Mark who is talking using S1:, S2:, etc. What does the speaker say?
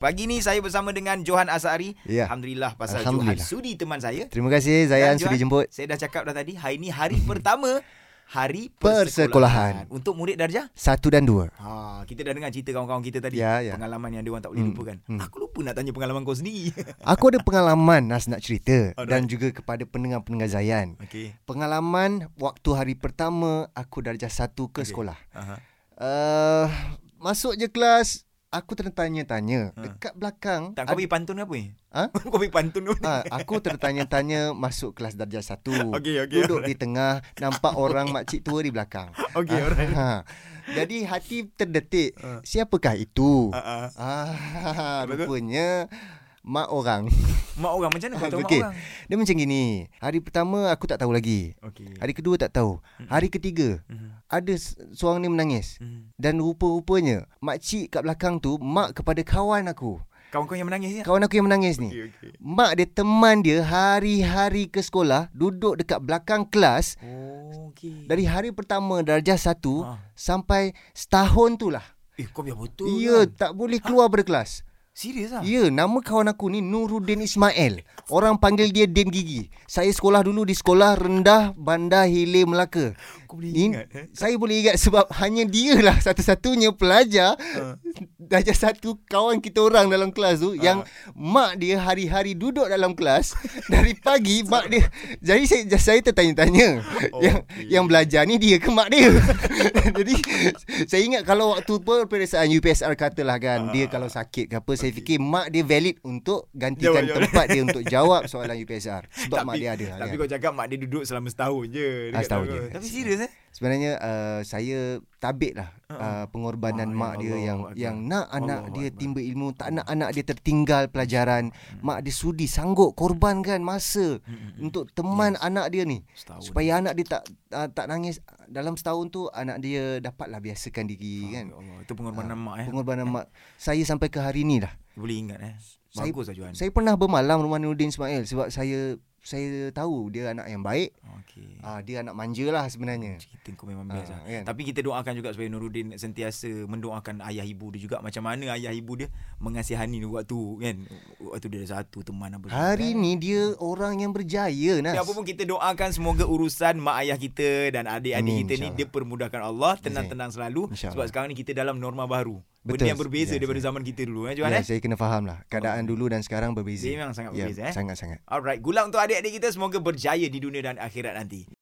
S1: Pagi ni saya bersama dengan Johan Asari.
S2: Ya.
S1: Alhamdulillah pasal
S2: Alhamdulillah.
S1: Johan sudi teman saya.
S2: Terima kasih
S1: Dan
S2: Zayan
S1: Johan,
S2: sudah jemput.
S1: Saya dah cakap dah tadi, hari ni hari pertama hari persekolahan.
S2: Persekolahan.
S1: Untuk murid darjah.
S2: Satu dan dua.
S1: Ha, kita dah dengar cerita kawan-kawan kita tadi.
S2: Ya, ya.
S1: Pengalaman yang dia orang tak boleh
S2: Hmm,
S1: lupakan.
S2: hmm.
S1: Aku lupa nak tanya pengalaman kau sendiri.
S2: Aku ada pengalaman Nas nak cerita
S1: Alright.
S2: dan juga kepada pendengar-pendengar Zayan.
S1: Okey.
S2: Pengalaman waktu hari pertama aku darjah satu
S1: Okey.
S2: ke okay. sekolah.
S1: Aha.
S2: Uh, masuk je kelas, aku tertanya-tanya.
S1: Ha.
S2: Dekat belakang,
S1: Tak kau
S2: ad-
S1: bagi pantun ke apa ni?
S2: Ha?
S1: kau bagi pantun ke apa ni?
S2: ha, aku tertanya-tanya masuk kelas darjah satu.
S1: Okey, okey.
S2: Duduk di tengah, nampak orang makcik tua di belakang.
S1: Okey, alright.
S2: Ha. Jadi hati terdetik,
S1: Ha.
S2: siapakah itu?
S1: Ha, ha.
S2: Ah,
S1: Lepas tu?
S2: rupanya mak orang.
S1: Mak orang macam mana kau tahu
S2: Okey.
S1: mak orang?
S2: Dia macam gini. Hari pertama aku tak tahu lagi.
S1: Okey.
S2: Hari kedua tak tahu. Hari ketiga
S1: Mhm.
S2: ada s- seorang ni menangis.
S1: Mhm.
S2: Dan rupa-rupanya mak cik kat belakang tu mak kepada kawan aku.
S1: Kawan kau yang menangis ya?
S2: Kawan aku yang menangis ni.
S1: Okey, okey.
S2: Mak dia teman dia hari-hari ke sekolah duduk dekat belakang kelas
S1: Oh, okey.
S2: dari hari pertama darjah satu
S1: Ha.
S2: sampai setahun tu lah.
S1: Eh, kau biar betul.
S2: Iya,
S1: kan?
S2: tak boleh keluar berkelas.
S1: Serius ah?
S2: Ya, nama kawan aku ni Nuruddin Ismail. Orang panggil dia Din Gigi. Saya sekolah dulu di Sekolah Rendah Bandar Hilir Melaka.
S1: Kau boleh
S2: Ni-
S1: ingat, eh?
S2: Saya boleh ingat sebab hanya dia lah satu-satunya pelajar
S1: Ha.
S2: darjah satu kawan kita orang dalam kelas tu yang
S1: Ha.
S2: mak dia hari-hari duduk dalam kelas dari pagi mak dia. Jadi saya saya tertanya-tanya
S1: Oh,
S2: yang
S1: okey.
S2: yang belajar ni dia ke mak dia. Jadi saya ingat kalau waktu peperiksaan UPSR katalah kan
S1: Ha.
S2: dia kalau sakit ke apa saya fikir mak dia valid untuk gantikan
S1: Jawab, jawab.
S2: tempat dia untuk jawab soalan UPSR sebab mak dia ada.
S1: Tapi
S2: kan.
S1: kau cakap mak dia duduk selama setahun je. dekat
S2: Ah, setahun
S1: Togol.
S2: je.
S1: Tapi serius eh?
S2: Sebenarnya uh, saya tabik lah uh,
S1: Ha.
S2: pengorbanan
S1: Ah,
S2: mak
S1: ya
S2: dia
S1: Allah,
S2: yang
S1: Akbar.
S2: yang nak anak
S1: Allah Hmm.
S2: dia
S1: Akbar.
S2: timba ilmu, tak nak anak dia tertinggal pelajaran. Mak dia sudi sanggup korbankan masa
S1: Hmm.
S2: untuk teman anak dia ni.
S1: Setahun.
S2: Supaya anak dia tak uh, tak nangis dalam setahun tu anak dia dapatlah biasakan diri kan.
S1: Ya Allah, itu pengorbanan mak eh.
S2: Pengorbanan mak saya sampai ke hari ni dah.
S1: Boleh ingat eh.
S2: Saya-
S1: Bagus lah Johan.
S2: Saya pernah bermalam rumah Nuruddin Ismail sebab saya saya tahu dia anak yang baik,
S1: Okey.
S2: uh, dia anak manja lah sebenarnya.
S1: Cerita kau memang
S2: Ah,
S1: biasa.
S2: kan?
S1: Tapi kita doakan juga supaya Nuruddin sentiasa mendoakan ayah ibu dia juga macam mana ayah ibu dia mengasihani waktu kan waktu dia ada satu teman apa semua,
S2: Hari
S1: kan?
S2: ni dia orang yang berjaya Nas.
S1: Tapi Ya, apa pun kita doakan semoga urusan mak ayah kita dan adik-adik
S2: Amin,
S1: kita ni
S2: insyaAllah.
S1: dipermudahkan Allah tenang-tenang selalu
S2: InsyaAllah.
S1: sebab sekarang ni kita dalam norma baru. Benda
S2: Betul.
S1: yang berbeza
S2: Ya,
S1: daripada
S2: saya-
S1: zaman kita dulu eh Johan
S2: Ya,
S1: eh.
S2: saya kena faham lah. Keadaan dulu dan sekarang berbeza. Ya,
S1: Dia Oh. memang sangat berbeza, eh?
S2: Sangat-sangat.
S1: Alright, gula untuk adik-adik kita semoga berjaya di dunia dan akhirat nanti.